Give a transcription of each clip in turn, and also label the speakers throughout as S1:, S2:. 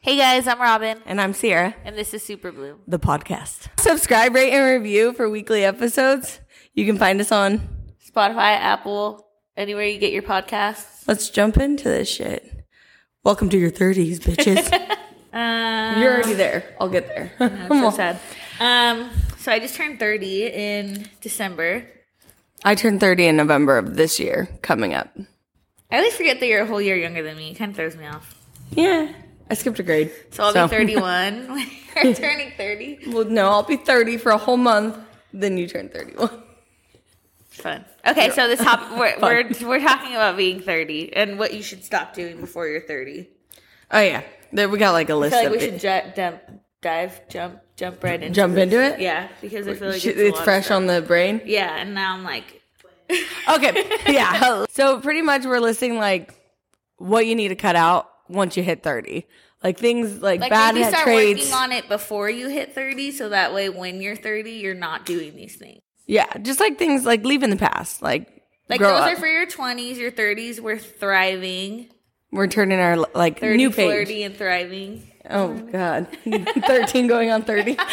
S1: Hey guys, I'm Robin,
S2: And I'm Sierra,
S1: and this is Super Blue.
S2: the podcast. Subscribe, rate, and review for weekly episodes. You can find us on.
S1: Spotify, Apple, anywhere you get your podcasts.
S2: Let's jump into this shit. Welcome to your 30s, bitches. You're already there. I'll get there.
S1: I'm so sad. Um, so I just turned 30 in December.
S2: I turned 30 in November of this year coming up.
S1: I always forget that you're a whole year younger than me. It kind of throws me off.
S2: Yeah. I skipped a grade.
S1: So I'll
S2: So-
S1: be 31 when you're turning 30.
S2: Well, no, I'll be 30 for a whole month. Then you turn 31.
S1: Fun. Okay, so this topic we're,
S2: Fun.
S1: we're we're talking about being 30 and what you should stop doing before you're 30.
S2: Oh, yeah. There we got like a
S1: I
S2: list
S1: feel like
S2: of
S1: we should
S2: it.
S1: ju- dump, dive, jump, jump right into
S2: Jump into it?
S1: Yeah, because I feel like it's,
S2: Shit,
S1: a
S2: it's
S1: lot of
S2: fresh
S1: stuff.
S2: on the brain.
S1: Yeah, and now I'm like,
S2: Okay. Yeah. so pretty much we're listing like what you need to cut out once you hit 30. Like things like,
S1: like
S2: bad
S1: maybe
S2: ha-
S1: start
S2: traits.
S1: working on it before you hit 30 so that way when you're 30 you're not doing these things
S2: yeah. Just like things like leaving the past. Like,
S1: like
S2: grow
S1: those
S2: up.
S1: are for your 20s your 30s we're thriving
S2: we're turning our like
S1: 30
S2: new page.
S1: flirty and thriving
S2: Oh God. 13 going on 30. um,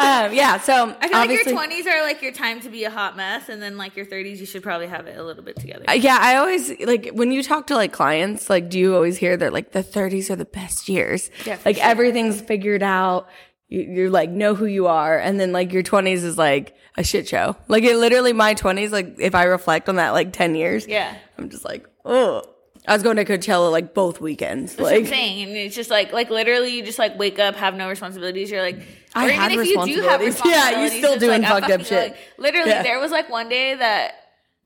S2: yeah. So
S1: i feel
S2: obviously.
S1: like your 20s are like your time to be a hot mess and then like your 30s you should probably have it a little bit together
S2: yeah, I always like when you talk to like clients, like do you always hear that like the 30s are the best years?
S1: Yeah, for
S2: like
S1: sure.
S2: everything's figured out. You, you're like know who you are, and then like your 20s is like a shit show. Like it literally my 20s. Like if I reflect on that like 10 years,
S1: yeah
S2: I'm just like oh. I was going to Coachella like both weekends.
S1: That's what I'm
S2: like
S1: saying. And it's just like, like literally, you just like wake up, have no responsibilities. You're like,
S2: I
S1: or
S2: had
S1: even if you do have
S2: responsibilities. Yeah, you
S1: responsibilities,
S2: still
S1: it's
S2: doing
S1: like, I'm
S2: fucked up
S1: fucking, like-
S2: shit.
S1: literally,
S2: Yeah.
S1: there was like one day that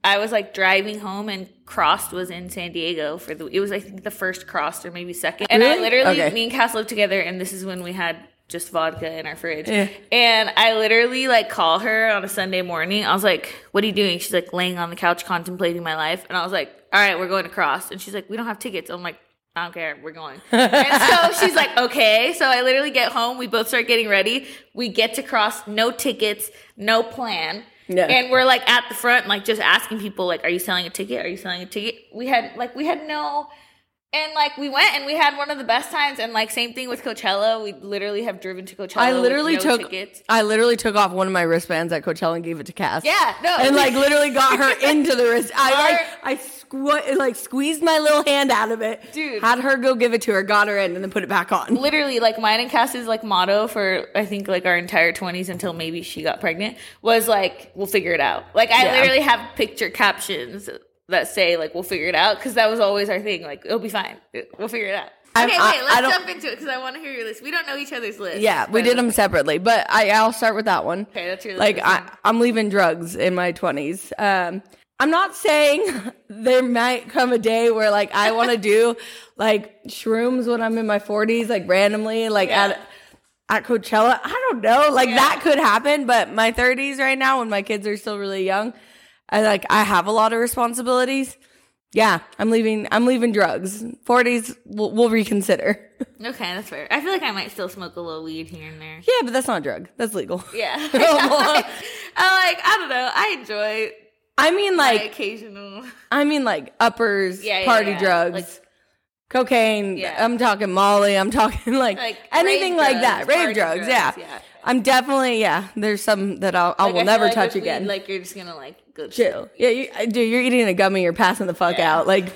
S1: I was like driving home and Crossed was in San Diego for the. It was I think the first Crossed or maybe second. And I
S2: Really?
S1: literally,
S2: Okay.
S1: me and Cass lived together, and this is when we had just vodka in our fridge.
S2: Yeah.
S1: And I literally like call her on a Sunday morning. I was like, "What are you doing?" She's like, "Laying on the couch contemplating my life." And I was like, "All right, we're going to cross." And she's like, "We don't have tickets." I'm like, "I don't care, we're going." and so she's like, "Okay." So I literally get home. We both start getting ready. We get to cross. No tickets. No plan.
S2: Yeah.
S1: And we're like at the front, like just asking people, like, "Are you selling a ticket? Are you selling a ticket?" We had like we had no and like we went and we had one of the best times and like same thing with Coachella. We literally have driven to Coachella.
S2: I
S1: with
S2: literally
S1: no
S2: took
S1: tickets.
S2: I literally took off one of my wristbands at Coachella and gave it to Cass.
S1: Yeah, no.
S2: and like literally got her into the wrist. I like I squ- like squeezed my little hand out of it.
S1: Dude.
S2: had her go give it to her, got her in, and then put it back on.
S1: Literally, like mine and Cass's like motto for I think like our entire twenties until maybe she got pregnant was like we'll figure it out. Like I
S2: Yeah.
S1: literally have picture captions that say like we'll figure it out because that was always our thing. Like it'll be fine. We'll figure it out.
S2: I-
S1: okay,
S2: I-
S1: wait.
S2: I
S1: Let's
S2: don't-
S1: jump into it because I want to hear your list. We don't know each other's list.
S2: Yeah, we
S1: but-
S2: did them separately, but I I'll start with that one.
S1: Okay, that's your list.
S2: Like I, I'm leaving drugs in my 20s. Um, I'm not saying there might come a day where like I want to do like shrooms when I'm in my 40s, like randomly, like
S1: Yeah.
S2: at at Coachella. I don't know, like
S1: Yeah.
S2: that could happen, but my 30s right now, when my kids are still really young, I like I have a lot of responsibilities. Yeah, I'm leaving. I'm leaving drugs. 40s, we'll, we'll reconsider.
S1: Okay, that's fair. I feel like I might still smoke a little weed here and there.
S2: Yeah, but that's not a drug. That's legal.
S1: Yeah. I'm like, I don't know. I enjoy
S2: I mean,
S1: my
S2: like
S1: occasional.
S2: I mean like uppers,
S1: Yeah, yeah,
S2: party
S1: yeah.
S2: drugs, cocaine.
S1: Yeah.
S2: I'm talking Molly. I'm talking like,
S1: Like
S2: anything
S1: rave
S2: like
S1: drugs,
S2: that. Rave
S1: party
S2: drugs.
S1: drugs,
S2: yeah.
S1: yeah.
S2: I'm definitely yeah. There's some that I'll, I
S1: Like,
S2: will
S1: I feel
S2: never
S1: like
S2: touch
S1: with weed,
S2: again.
S1: like you're just gonna like go.
S2: Chill. Yeah, you, I- dude, you're eating a gummy. You're passing the fuck
S1: Yeah.
S2: out. Like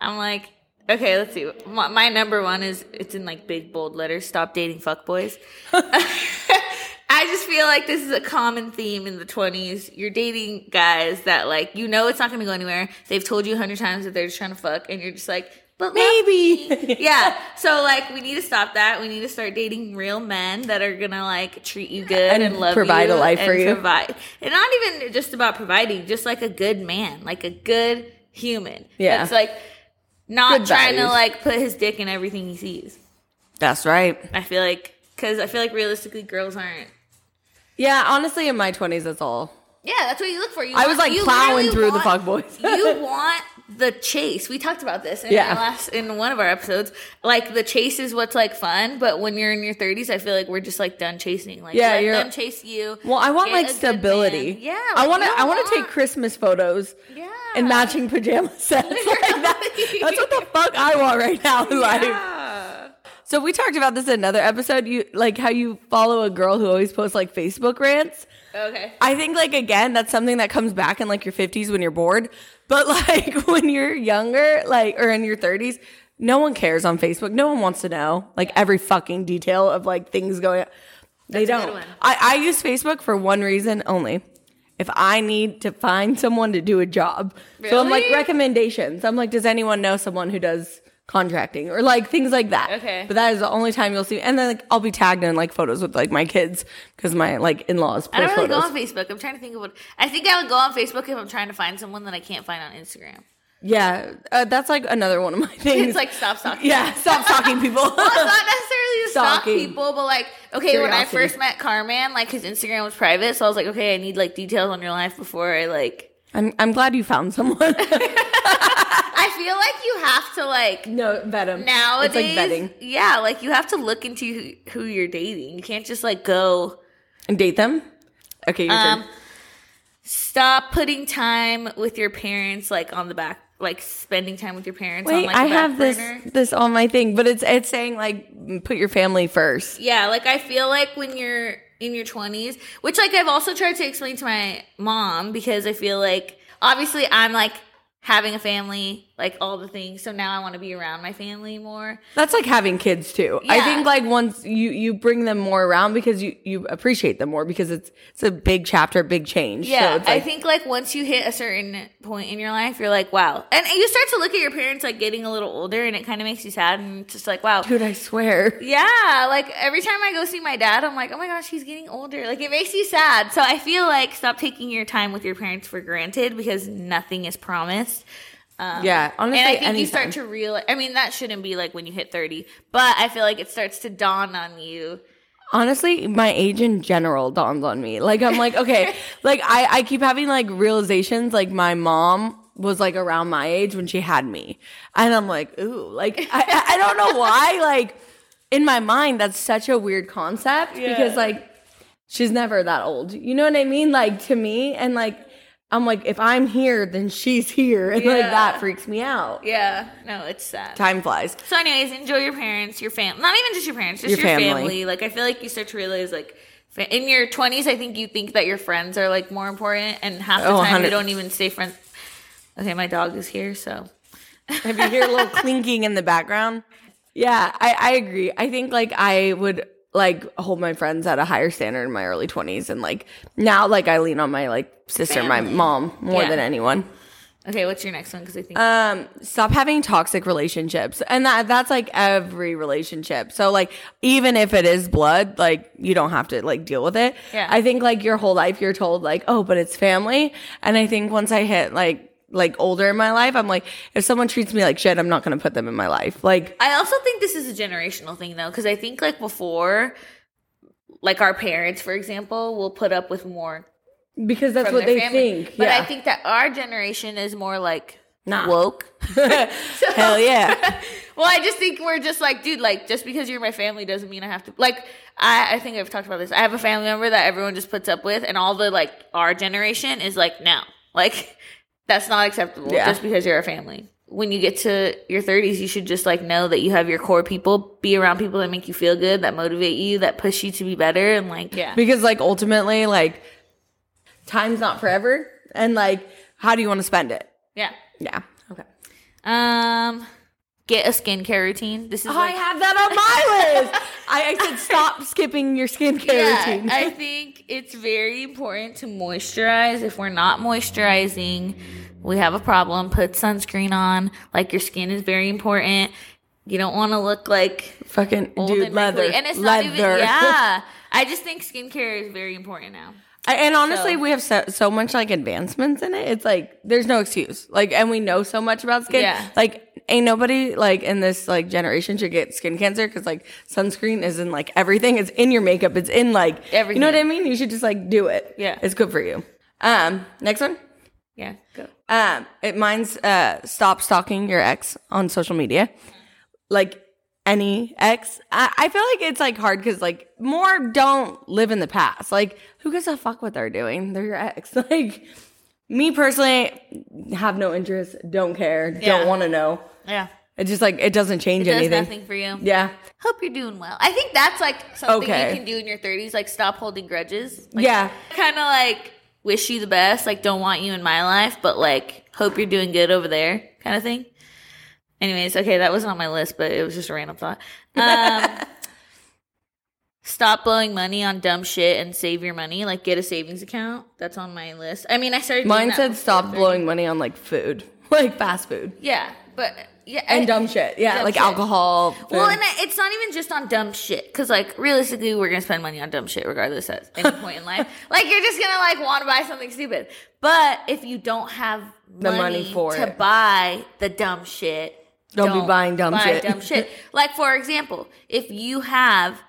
S1: I'm like, okay, let's see. My, my number one is it's in like big bold letters. Stop dating fuck boys. I just feel like this is a common theme in the 20s. You're dating guys that like you know it's not gonna go anywhere. They've told you a hundred times that they're just trying to fuck, and you're just like, but love
S2: maybe.
S1: yeah. So like we need to stop that. We need to start dating real men that are gonna like treat you good and,
S2: And
S1: love
S2: provide
S1: you
S2: a life
S1: and
S2: for you.
S1: Provide and not even just about providing, just like a good man, like a good human.
S2: Yeah.
S1: That's like not
S2: Good
S1: trying to
S2: values.
S1: like put his dick in everything he sees.
S2: That's right.
S1: I feel like because I feel like realistically girls aren't.
S2: Yeah, honestly, in my 20s, that's all.
S1: Yeah, that's what you look for. You
S2: I was, like,
S1: you
S2: plowing
S1: literally
S2: through the
S1: want-
S2: fuckboys.
S1: you want the chase. We talked about this in
S2: Yeah.
S1: our last in one of our episodes. Like the chase is what's like fun, but when you're in your 30s, I feel like we're just like done chasing. Like
S2: Yeah,
S1: let
S2: you're-
S1: them chase you.
S2: Well, I want
S1: Get a
S2: like
S1: good
S2: stability.
S1: man. Yeah,
S2: I
S1: like,
S2: want to.
S1: you
S2: I want to
S1: want-
S2: take Christmas photos.
S1: Yeah.
S2: And matching pajama sets. like that. That's what the fuck I want right now in life.
S1: Yeah.
S2: So we talked about this in another episode. You like how you follow a girl who always posts like Facebook rants.
S1: Okay.
S2: I think like again, that's something that comes back in like your 50s when you're bored. But like when you're younger, like or in your 30s, no one cares on Facebook. No one wants to know like every fucking detail of like things going on. They
S1: That's a good
S2: don't.
S1: one.
S2: I, I use Facebook for one reason only. If I need to find someone to do a job. So I'm like
S1: Really?
S2: recommendations. I'm like, does anyone know someone who does contracting or like things like that?
S1: Okay.
S2: But that is the only time you'll see. And then like I'll be tagged in like photos with like my kids because my like in laws post
S1: I don't really
S2: photos.
S1: go on Facebook. I'm trying to think of what I think I would go on Facebook if I'm trying to find someone that I can't find on Instagram.
S2: Yeah, uh, that's like another one of my things.
S1: It's like stop stalking.
S2: yeah, stop stalking people.
S1: Well, it's not necessarily to stalk
S2: Stalking.
S1: people, but like, okay, when I
S2: Curiosity.
S1: first met Carman, like his Instagram was private, so I was like, okay, I need like details on your life before I like.
S2: I'm I'm glad you found someone.
S1: I feel like you have to like
S2: no, vet 'em.
S1: nowadays.
S2: it's like vetting
S1: Yeah, like you have to look into who, who you're dating. You can't just like go.
S2: and date them. Okay, your
S1: Um,
S2: turn.
S1: stop putting time with your parents like on the back, like spending time with your parents. on,
S2: Wait,
S1: like,
S2: I
S1: the
S2: have
S1: back
S2: this
S1: burner.
S2: this on my thing, but it's it's saying like put your family first.
S1: Yeah, like I feel like when you're in your 20s, which like I've also tried to explain to my mom because I feel like obviously I'm like having a family, like all the things. So now I want to be around my family more.
S2: That's like having kids too. I
S1: Yeah.
S2: think like once you you bring them more around because you you appreciate them more because it's it's a big chapter, big change. So
S1: Yeah,
S2: it's like,
S1: I think like once you hit a certain point in your life, you're like, wow. And you start to look at your parents like getting a little older and it kind of makes you sad and just like, wow.
S2: dude, I swear.
S1: Yeah, like every time I go see my dad, I'm like, oh my gosh, he's getting older. Like it makes you sad. So I feel like stop taking your time with your parents for granted because nothing is promised. Um,
S2: Yeah, honestly,
S1: and I think you start
S2: anytime.
S1: to realize. I mean, that shouldn't be like when you hit 30, but I feel like it starts to dawn on you.
S2: honestly my age in general dawns on me like i'm like okay like i i keep having like realizations like my mom was like around my age when she had me and i'm like ooh like i, I- I don't know why like in my mind that's such a weird concept because like she's never that old you know what i mean like to me and like i'm like if i'm here then she's here and like
S1: Yeah.
S2: that freaks me out
S1: Yeah, no, it's sad.
S2: time flies
S1: So, anyways, enjoy your parents, your fam. Not even just your parents, just
S2: Your
S1: your,
S2: family.
S1: family. Like, I feel like you start to realize, like, fa- in your 20s, I think you think that your friends are, like, more important. And half the
S2: Oh,
S1: time,
S2: 100.
S1: you don't even stay friends. Okay, my dog is here, so.
S2: If you hear a little clinking in the background. Yeah, I, I agree. I think like I would like hold my friends at a higher standard in my early twenties and like now like I lean on my like sister, my
S1: Family.
S2: mom more
S1: Yeah.
S2: than anyone.
S1: Okay, what's your next one? Because I think.
S2: Um, stop having toxic relationships. And that that's like every relationship. So like even if it is blood, like you don't have to like deal with it.
S1: Yeah.
S2: I think like your whole life you're told like, oh, but it's family. And I think once I hit like like older in my life, I'm like, if someone treats me like shit, I'm not gonna put them in my life. Like
S1: I also think this is a generational thing, though, because I think, like, before, like, our parents, for example, will put up with more
S2: because that's
S1: from
S2: what
S1: their
S2: they
S1: family.
S2: think.
S1: But
S2: yeah.
S1: I think that our generation is more, like,
S2: Nah.
S1: woke.
S2: Hell yeah.
S1: Well, I just think we're just like, dude, like, just because you're my family doesn't mean I have to. Like, I, I think I've talked about this. I have a family member that everyone just puts up with, and all the, like, our generation is like, no. Like, that's not acceptable
S2: Yeah.
S1: just because you're a family. When you get to your 30s, you should just, like, know that you have your core people, be around people that make you feel good, that motivate you, that push you to be better, and, like, yeah.
S2: because like ultimately, like time's not forever. And like, how do you wanna spend it?
S1: Yeah.
S2: Yeah. Okay.
S1: Um, get a skincare routine. This is
S2: Oh, I
S1: like,
S2: have that on my list. I, I said stop skipping your skincare
S1: Yeah,
S2: routine.
S1: I think it's very important to moisturize. If we're not moisturizing, we have a problem. Put sunscreen on. Like your skin is very important. You don't want to look like
S2: Fucking
S1: old
S2: dude,
S1: and
S2: leather,
S1: wrinkly. and it's
S2: leather.
S1: not even. Yeah, I just think skincare is very important now.
S2: I- and honestly,
S1: So-
S2: we have so, so much like advancements in it. It's like there's no excuse. Like, and we know so much about skin.
S1: Yeah.
S2: Like, ain't nobody like in this like generation should get skin cancer because like sunscreen is in like everything. It's in your makeup. It's in like You
S1: Everything.
S2: know what I mean? You should just like do it.
S1: Yeah.
S2: it's good for you. Um, next one.
S1: Yeah, go.
S2: Um, it mine's uh, stop stalking your ex on social media, like any ex. I, I feel like it's like hard because like more don't live in the past. Like who gives a fuck what they're doing? They're your ex. Like me personally, have no interest, don't care,
S1: Yeah.
S2: don't want to know.
S1: Yeah.
S2: It just like it doesn't change
S1: Does
S2: anything.
S1: nothing for you.
S2: Yeah.
S1: Hope you're doing well. I think that's like something
S2: Okay.
S1: you can do in your 30s, like stop holding grudges. Like,
S2: Yeah.
S1: Kind of like wish you the best, like don't want you in my life, but like hope you're doing good over there, kind of thing. Anyways, okay, that wasn't on my list, but it was just a random thought. Um, stop blowing money on dumb shit and save your money. Like get a savings account. That's on my list. I mean, I started. doing
S2: Mine
S1: that
S2: said
S1: before
S2: stop
S1: 30.
S2: blowing money on like food, like fast food
S1: Yeah, but yeah,
S2: and
S1: I-
S2: dumb shit. Yeah,
S1: dumb
S2: like
S1: shit.
S2: alcohol.
S1: Well,
S2: food.
S1: and I- it's not even just on dumb shit, because like realistically, we're gonna spend money on dumb shit regardless at any point in life. Like you're just gonna like want to buy something stupid, but if you don't have
S2: The money for
S1: to
S2: it.
S1: buy the dumb shit,
S2: Don't be buying dumb
S1: buy
S2: shit.
S1: Dumb shit. Like for example, if you have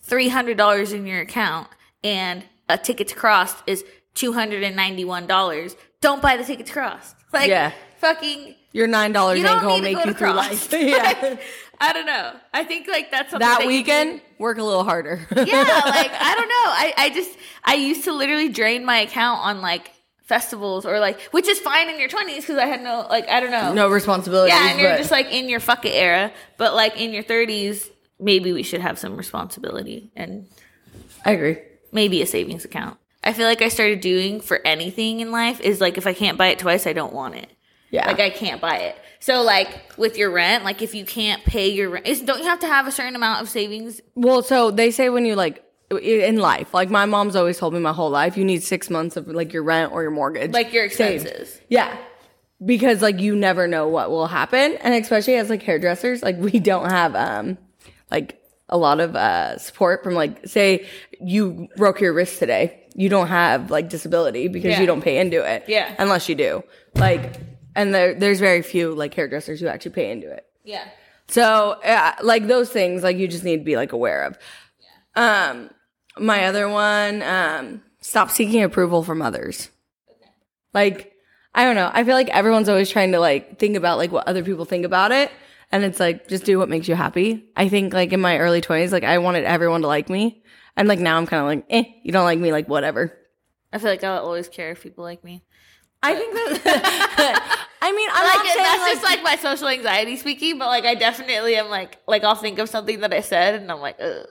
S1: three hundred dollars in your account and a ticket to cross is two hundred and ninety one dollars, don't buy the ticket to cross. Like
S2: Yeah.
S1: fucking.
S2: Your nine dollars
S1: You don't
S2: ain't gonna
S1: need to
S2: make
S1: go
S2: you
S1: to
S2: through
S1: cross.
S2: life. yeah.
S1: Like, I don't know. I think like that's something
S2: that
S1: you
S2: weekend, work a little harder.
S1: yeah, like I don't know. I, I just I used to literally drain my account on like festivals or like which is fine in your twenties because I had no like I don't know.
S2: no responsibilities.
S1: yeah, and you're
S2: but-
S1: just like in your fuck it era. But like in your thirties, maybe we should have some responsibility and
S2: I agree.
S1: maybe a savings account. I feel like I started doing for anything in life is like if I can't buy it twice, I don't want it.
S2: Yeah.
S1: Like I can't buy it. So like with your rent, like if you can't pay your rent, is, don't you have to have a certain amount of savings?
S2: Well, so they say when you like i- in life, like my mom's always told me my whole life, you need six months of like your rent or your mortgage,
S1: Like your
S2: saved.
S1: expenses.
S2: Yeah, because like you never know what will happen, and especially as like hairdressers, like we don't have um like a lot of uh support from like say you broke your wrist today, you don't have like disability because
S1: Yeah.
S2: you don't pay into it,
S1: Yeah.
S2: unless you do, like, and there there's very few like hairdressers who actually pay into it.
S1: Yeah.
S2: So, uh, like those things, like you just need to be like aware of. Um, my other one, um, stop seeking approval from others. Like, I don't know. I feel like everyone's always trying to like think about like what other people think about it, and it's like just do what makes you happy. I think like in my early twenties, like I wanted everyone to like me, and like now I'm kind of like, eh, you don't like me, like whatever.
S1: I feel like I'll always care if people like me.
S2: I think that. I mean, I'm
S1: Like
S2: not saying
S1: that's
S2: like,
S1: just like my social anxiety speaking, but like I definitely am like like I'll think of something that I said and I'm like, ugh.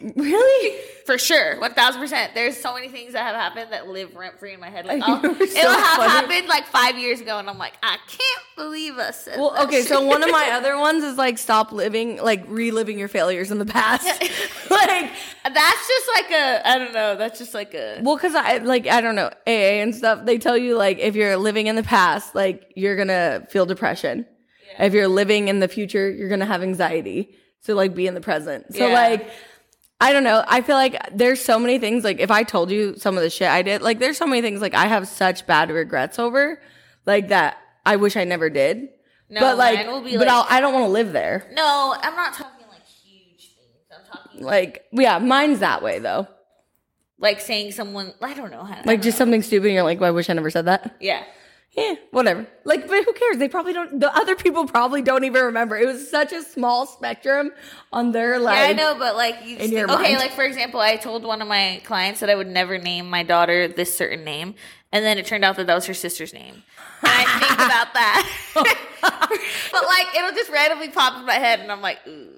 S2: really.
S1: For sure, one thousand percent. There's so many things that have happened that live rent free in my head. Like
S2: I know,
S1: I'll-
S2: it's so
S1: it'll have
S2: funny.
S1: happened like five years ago, and I'm like, I can't believe us. said
S2: Well,
S1: that
S2: okay,
S1: shit.
S2: so one of my other ones is like stop living, like reliving your failures in the past. like,
S1: that's just like a I don't know. That's just like a
S2: well, because I like I don't know AA and stuff. They tell you like if you're living in the past, like you're gonna feel depression. If you're living in the future, you're gonna have anxiety. So like be in the present. So
S1: Yeah.
S2: like. I don't know. I feel like there's so many things. Like, if I told you some of the shit I did, like, there's so many things like I have such bad regrets over, like that I wish I never did.
S1: No,
S2: but like,
S1: mine will be,
S2: but
S1: like-
S2: I'll, I don't want to live there.
S1: no. I'm not talking like huge things. I'm talking
S2: like yeah mine's that way though
S1: like saying someone I don't know how.
S2: like just something stupid and you're like well, i wish i never said that
S1: yeah.
S2: yeah whatever like but who cares they probably don't the other people probably don't even remember it was such a small spectrum on their life
S1: Yeah, I know, but like you just
S2: your
S1: okay,
S2: mind.
S1: like for example, I told one of my clients that I would never name my daughter this certain name, and then it turned out that that was her sister's name. And I think about that, but like it'll just randomly pop in my head, and I'm like, ooh.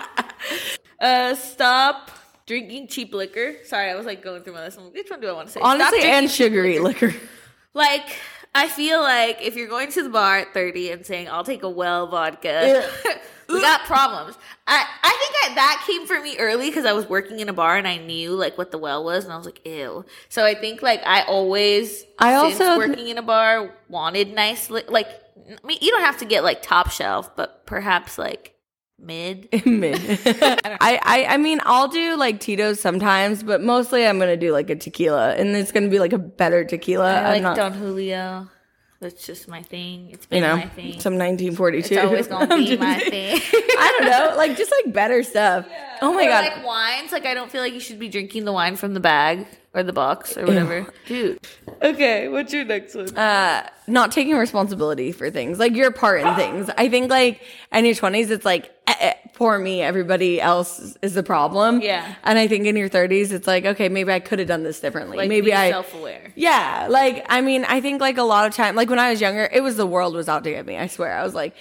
S1: uh, stop drinking cheap liquor. Sorry, I was like going through my list. I'm like, Which one do I want to say? Stop
S2: honestly
S1: drinking
S2: and sugary liquor
S1: like I feel like if you're going to the bar at 30 and saying I'll take a well vodka, we got problems. I I think I, that came for me early because I was working in a bar and I knew like what the well was and I was like ew. So I think like I always
S2: I
S1: since
S2: also-
S1: working in a bar wanted nice li- like I mean you don't have to get like top shelf but perhaps like mid.
S2: Mid. I, I i mean i'll do like tito's sometimes but mostly i'm gonna do like a tequila and it's gonna be like a better tequila
S1: I
S2: i'm
S1: like
S2: not
S1: Don Julio. That's just my thing. It's been
S2: you know
S1: my thing.
S2: some 1942
S1: it's always gonna
S2: I'm
S1: be
S2: just-
S1: my thing.
S2: i don't know like just like better stuff oh my
S1: or
S2: god
S1: like wines. Like I don't feel like you should be drinking the wine from the bag or the box or whatever, dude. Okay, what's your next one?
S2: uh not taking responsibility for things like your part in things i think like in your 20s it's like eh, eh, poor me, everybody else is the problem.
S1: Yeah.
S2: And I think in your 30s, it's like, okay, maybe I could have done this differently.
S1: Like,
S2: maybe
S1: be
S2: I.
S1: self-aware.
S2: Yeah, like I mean, I think like a lot of time, like when I was younger, it was the world was out to get me. I swear, I was like,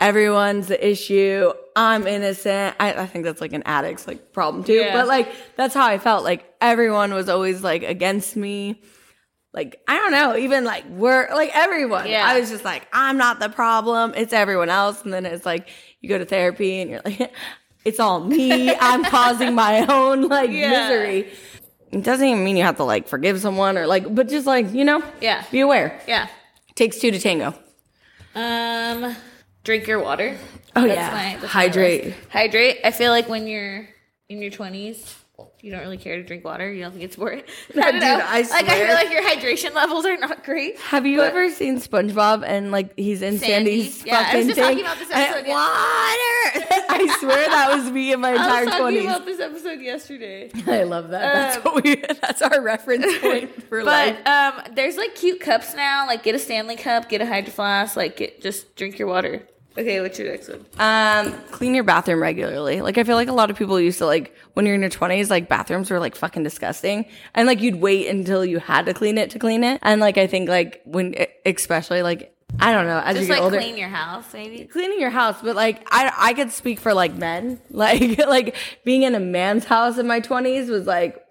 S2: everyone's the issue. I'm innocent. I, I think that's like an addict's like problem too.
S1: Yeah.
S2: But like that's how I felt. Like everyone was always like against me. Like I don't know, even like we're like everyone.
S1: Yeah.
S2: I was just like, I'm not the problem. It's everyone else. And then it's like you go to therapy and you're like, it's all me. I'm causing my own like
S1: Yeah.
S2: misery. It doesn't even mean you have to like forgive someone or like, but just like, you know,
S1: Yeah.
S2: be aware.
S1: Yeah.
S2: takes two to tango.
S1: Um, drink your water.
S2: Oh,
S1: That's
S2: yeah.
S1: my- that's my
S2: Hydrate.
S1: advice. Hydrate. I feel like when you're in your twenties, you don't really care to drink water. You don't think it's worth. it. I don't
S2: Dude,
S1: know.
S2: I
S1: Like I
S2: swear.
S1: feel like your hydration levels are not great.
S2: Have you
S1: But-
S2: ever seen SpongeBob and like he's in
S1: Sandy?
S2: Sandy's
S1: Yeah, I was
S2: fucking
S1: just
S2: thing?
S1: talking about this episode,
S2: and-
S1: yeah.
S2: Water! I swear that was me in my
S1: I
S2: entire
S1: was talking
S2: 20s.
S1: about this episode yesterday.
S2: I love that.
S1: Um,
S2: that's what we. That's our reference point for life.
S1: But um, there's like cute cups now. Like get a Stanley cup, get a Hydro Flask. Like get, just drink your water. Okay, what's your next one?
S2: Um, clean your bathroom regularly. Like I feel like a lot of people used to like when you're in your twenties, like bathrooms were like fucking disgusting, and like you'd wait until you had to clean it to clean it. And like I think like when e, especially like I don't know as you
S1: Just
S2: get
S1: like
S2: older.
S1: clean your house, maybe.
S2: Cleaning your house, but like I, I could speak for like men. Like, like being in a man's house in my twenties was like,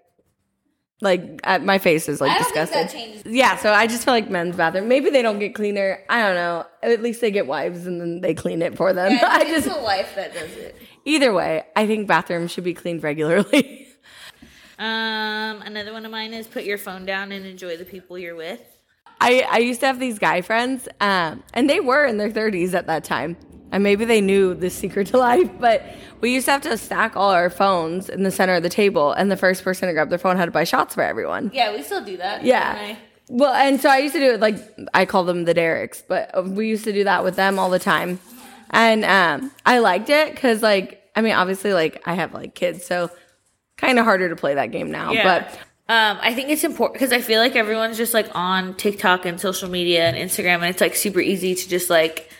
S2: like I, my face is like
S1: I don't think
S2: disgusting.
S1: that changes.
S2: Yeah, so I just feel like men's bathroom. Maybe they don't get cleaner. I don't know. At least they get wives and then they clean it for them. I
S1: I
S2: just
S1: it's the wife that does it.
S2: Either way, I think bathrooms should be cleaned regularly.
S1: Um, another one of mine is put your phone down and enjoy the people you're with.
S2: I, I used to have these guy friends, um, and they were in their 30s at that time. And maybe they knew the secret to life, but we used to have to stack all our phones in the center of the table, and the first person to grab their phone had to buy shots for everyone.
S1: Yeah, we still do that.
S2: Yeah. Well, and so I used to do it like I call them the Derricks, but we used to do that with them all the time, and um, I liked it because like I mean obviously like I have like kids, so kind of harder to play that game now. But
S1: um, I think it's important because I feel like everyone's just like on TikTok and social media and Instagram, and it's like super easy to just like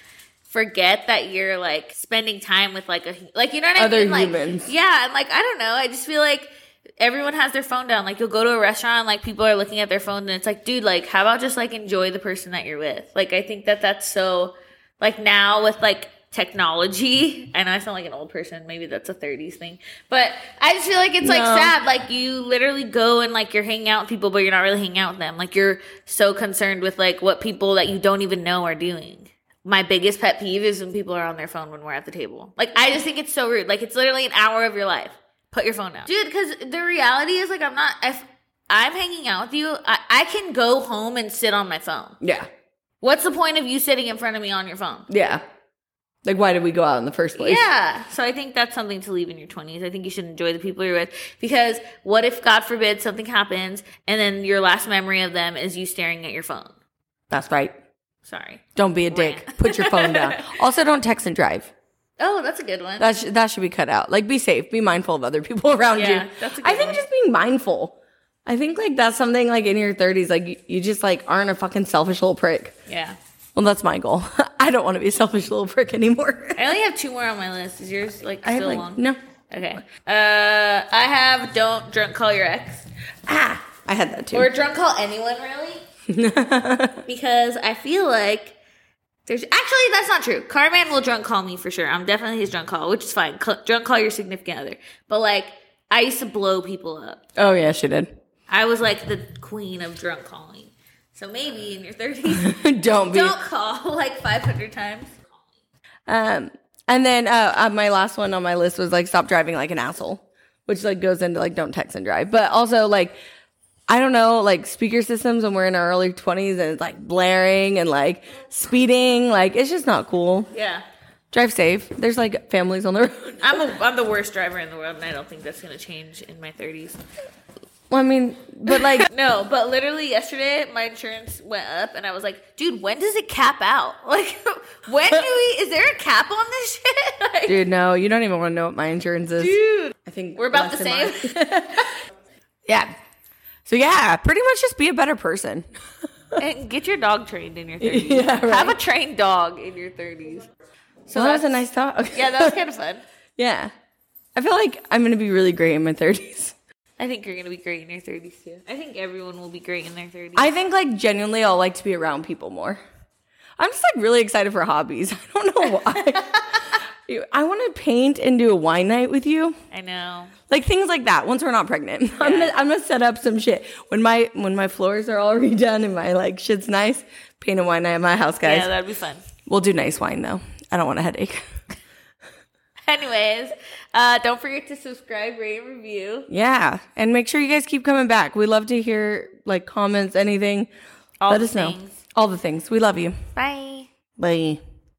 S1: forget that you're like spending time with like a like you know what I
S2: Other
S1: mean? Like,
S2: humans.
S1: yeah, and like I don't know, I just feel like everyone has their phone down. Like you'll go to a restaurant, and, like people are looking at their phone, and it's like, dude, like how about just like enjoy the person that you're with? Like I think that that's so like now with like technology i know i sound like an old person maybe that's a 30s thing but i just feel like it's like
S2: No.
S1: sad like you literally go and like you're hanging out with people but you're not really hanging out with them like you're so concerned with like what people that you don't even know are doing my biggest pet peeve is when people are on their phone when we're at the table like i just think it's so rude like it's literally an hour of your life put your phone down dude because the reality is like i'm not if i'm hanging out with you I, I can go home and sit on my phone
S2: yeah,
S1: what's the point of you sitting in front of me on your phone
S2: Yeah. Like, why did we go out in the first place?
S1: Yeah. So I think that's something to leave in your 20s. I think you should enjoy the people you're with because what if, God forbid, something happens and then your last memory of them is you staring at your phone?
S2: That's right.
S1: Sorry.
S2: Don't be a dick. Put your phone down. Also, don't text and drive.
S1: Oh, that's a good one.
S2: That, sh- that should be cut out. Like, be safe. Be mindful of other people around
S1: Yeah,
S2: you.
S1: that's a good
S2: I think
S1: one.
S2: just being mindful. I think, like, that's something, like, in your 30s, like, you, you just, like, aren't a fucking selfish little prick.
S1: yeah.
S2: Well, that's my goal. I don't want to be a selfish little prick anymore.
S1: I only have two more on my list. Is yours like
S2: I have,
S1: still
S2: like,
S1: long?
S2: no.
S1: Okay. Uh, I have don't drunk call your ex.
S2: Ah, I had that too.
S1: Or drunk call anyone really? because I feel like there's actually that's not true. Carman will drunk call me for sure. I'm definitely his drunk call, which is fine. Cl- drunk call your significant other. But like I used to blow people up.
S2: oh, yeah, she did.
S1: I was like the queen of drunk calling. So maybe in your 30s,
S2: don't be.
S1: don't call like 500 times.
S2: Um, and then uh, uh, my last one on my list was like stop driving like an asshole, which like goes into like don't text and drive, but also like I don't know like speaker systems when we're in our early twenties and it's like blaring and like speeding, like it's just not cool.
S1: Yeah.
S2: Drive safe. There's like families on the road.
S1: I'm a, I'm the worst driver in the world and I don't think that's going to change in my 30s.
S2: Well, I mean, but like
S1: No, but literally yesterday my insurance went up and I was like, dude, when does it cap out? Like when do we is there a cap on this shit? Like,
S2: dude, no, you don't even want to know what my insurance is.
S1: dude.
S2: I think
S1: We're about the
S2: less than mine.
S1: same.
S2: Yeah. So yeah, pretty much just be a better person.
S1: and get your dog trained in your 30s.
S2: Yeah, right.
S1: Have a trained dog in your 30s. So
S2: well, that was a
S1: that's-
S2: nice talk.
S1: Yeah, that was kind of fun.
S2: Yeah. I feel like I'm going to be really great in my 30s.
S1: I think you're gonna be great in your thirties too. I think everyone will be great in their thirties.
S2: I think like genuinely I'll like to be around people more. I'm just like really excited for hobbies. I don't know why. You- I want to paint and do a wine night with you.
S1: I know.
S2: Like things like that. Once we're not pregnant, I'm gonna I'm gonna set up some shit when my when my floors are all redone and my like shit's nice. Paint a wine night at my house, guys.
S1: Yeah, that'd be fun.
S2: we'll do nice wine though. I don't want a headache.
S1: Anyways, uh, don't forget to subscribe, rate, and review.
S2: yeah, and make sure you guys keep coming back. We love to hear like comments, anything.
S1: All
S2: Let
S1: the
S2: us know
S1: things.
S2: all the things. We love you.
S1: Bye.
S2: Bye.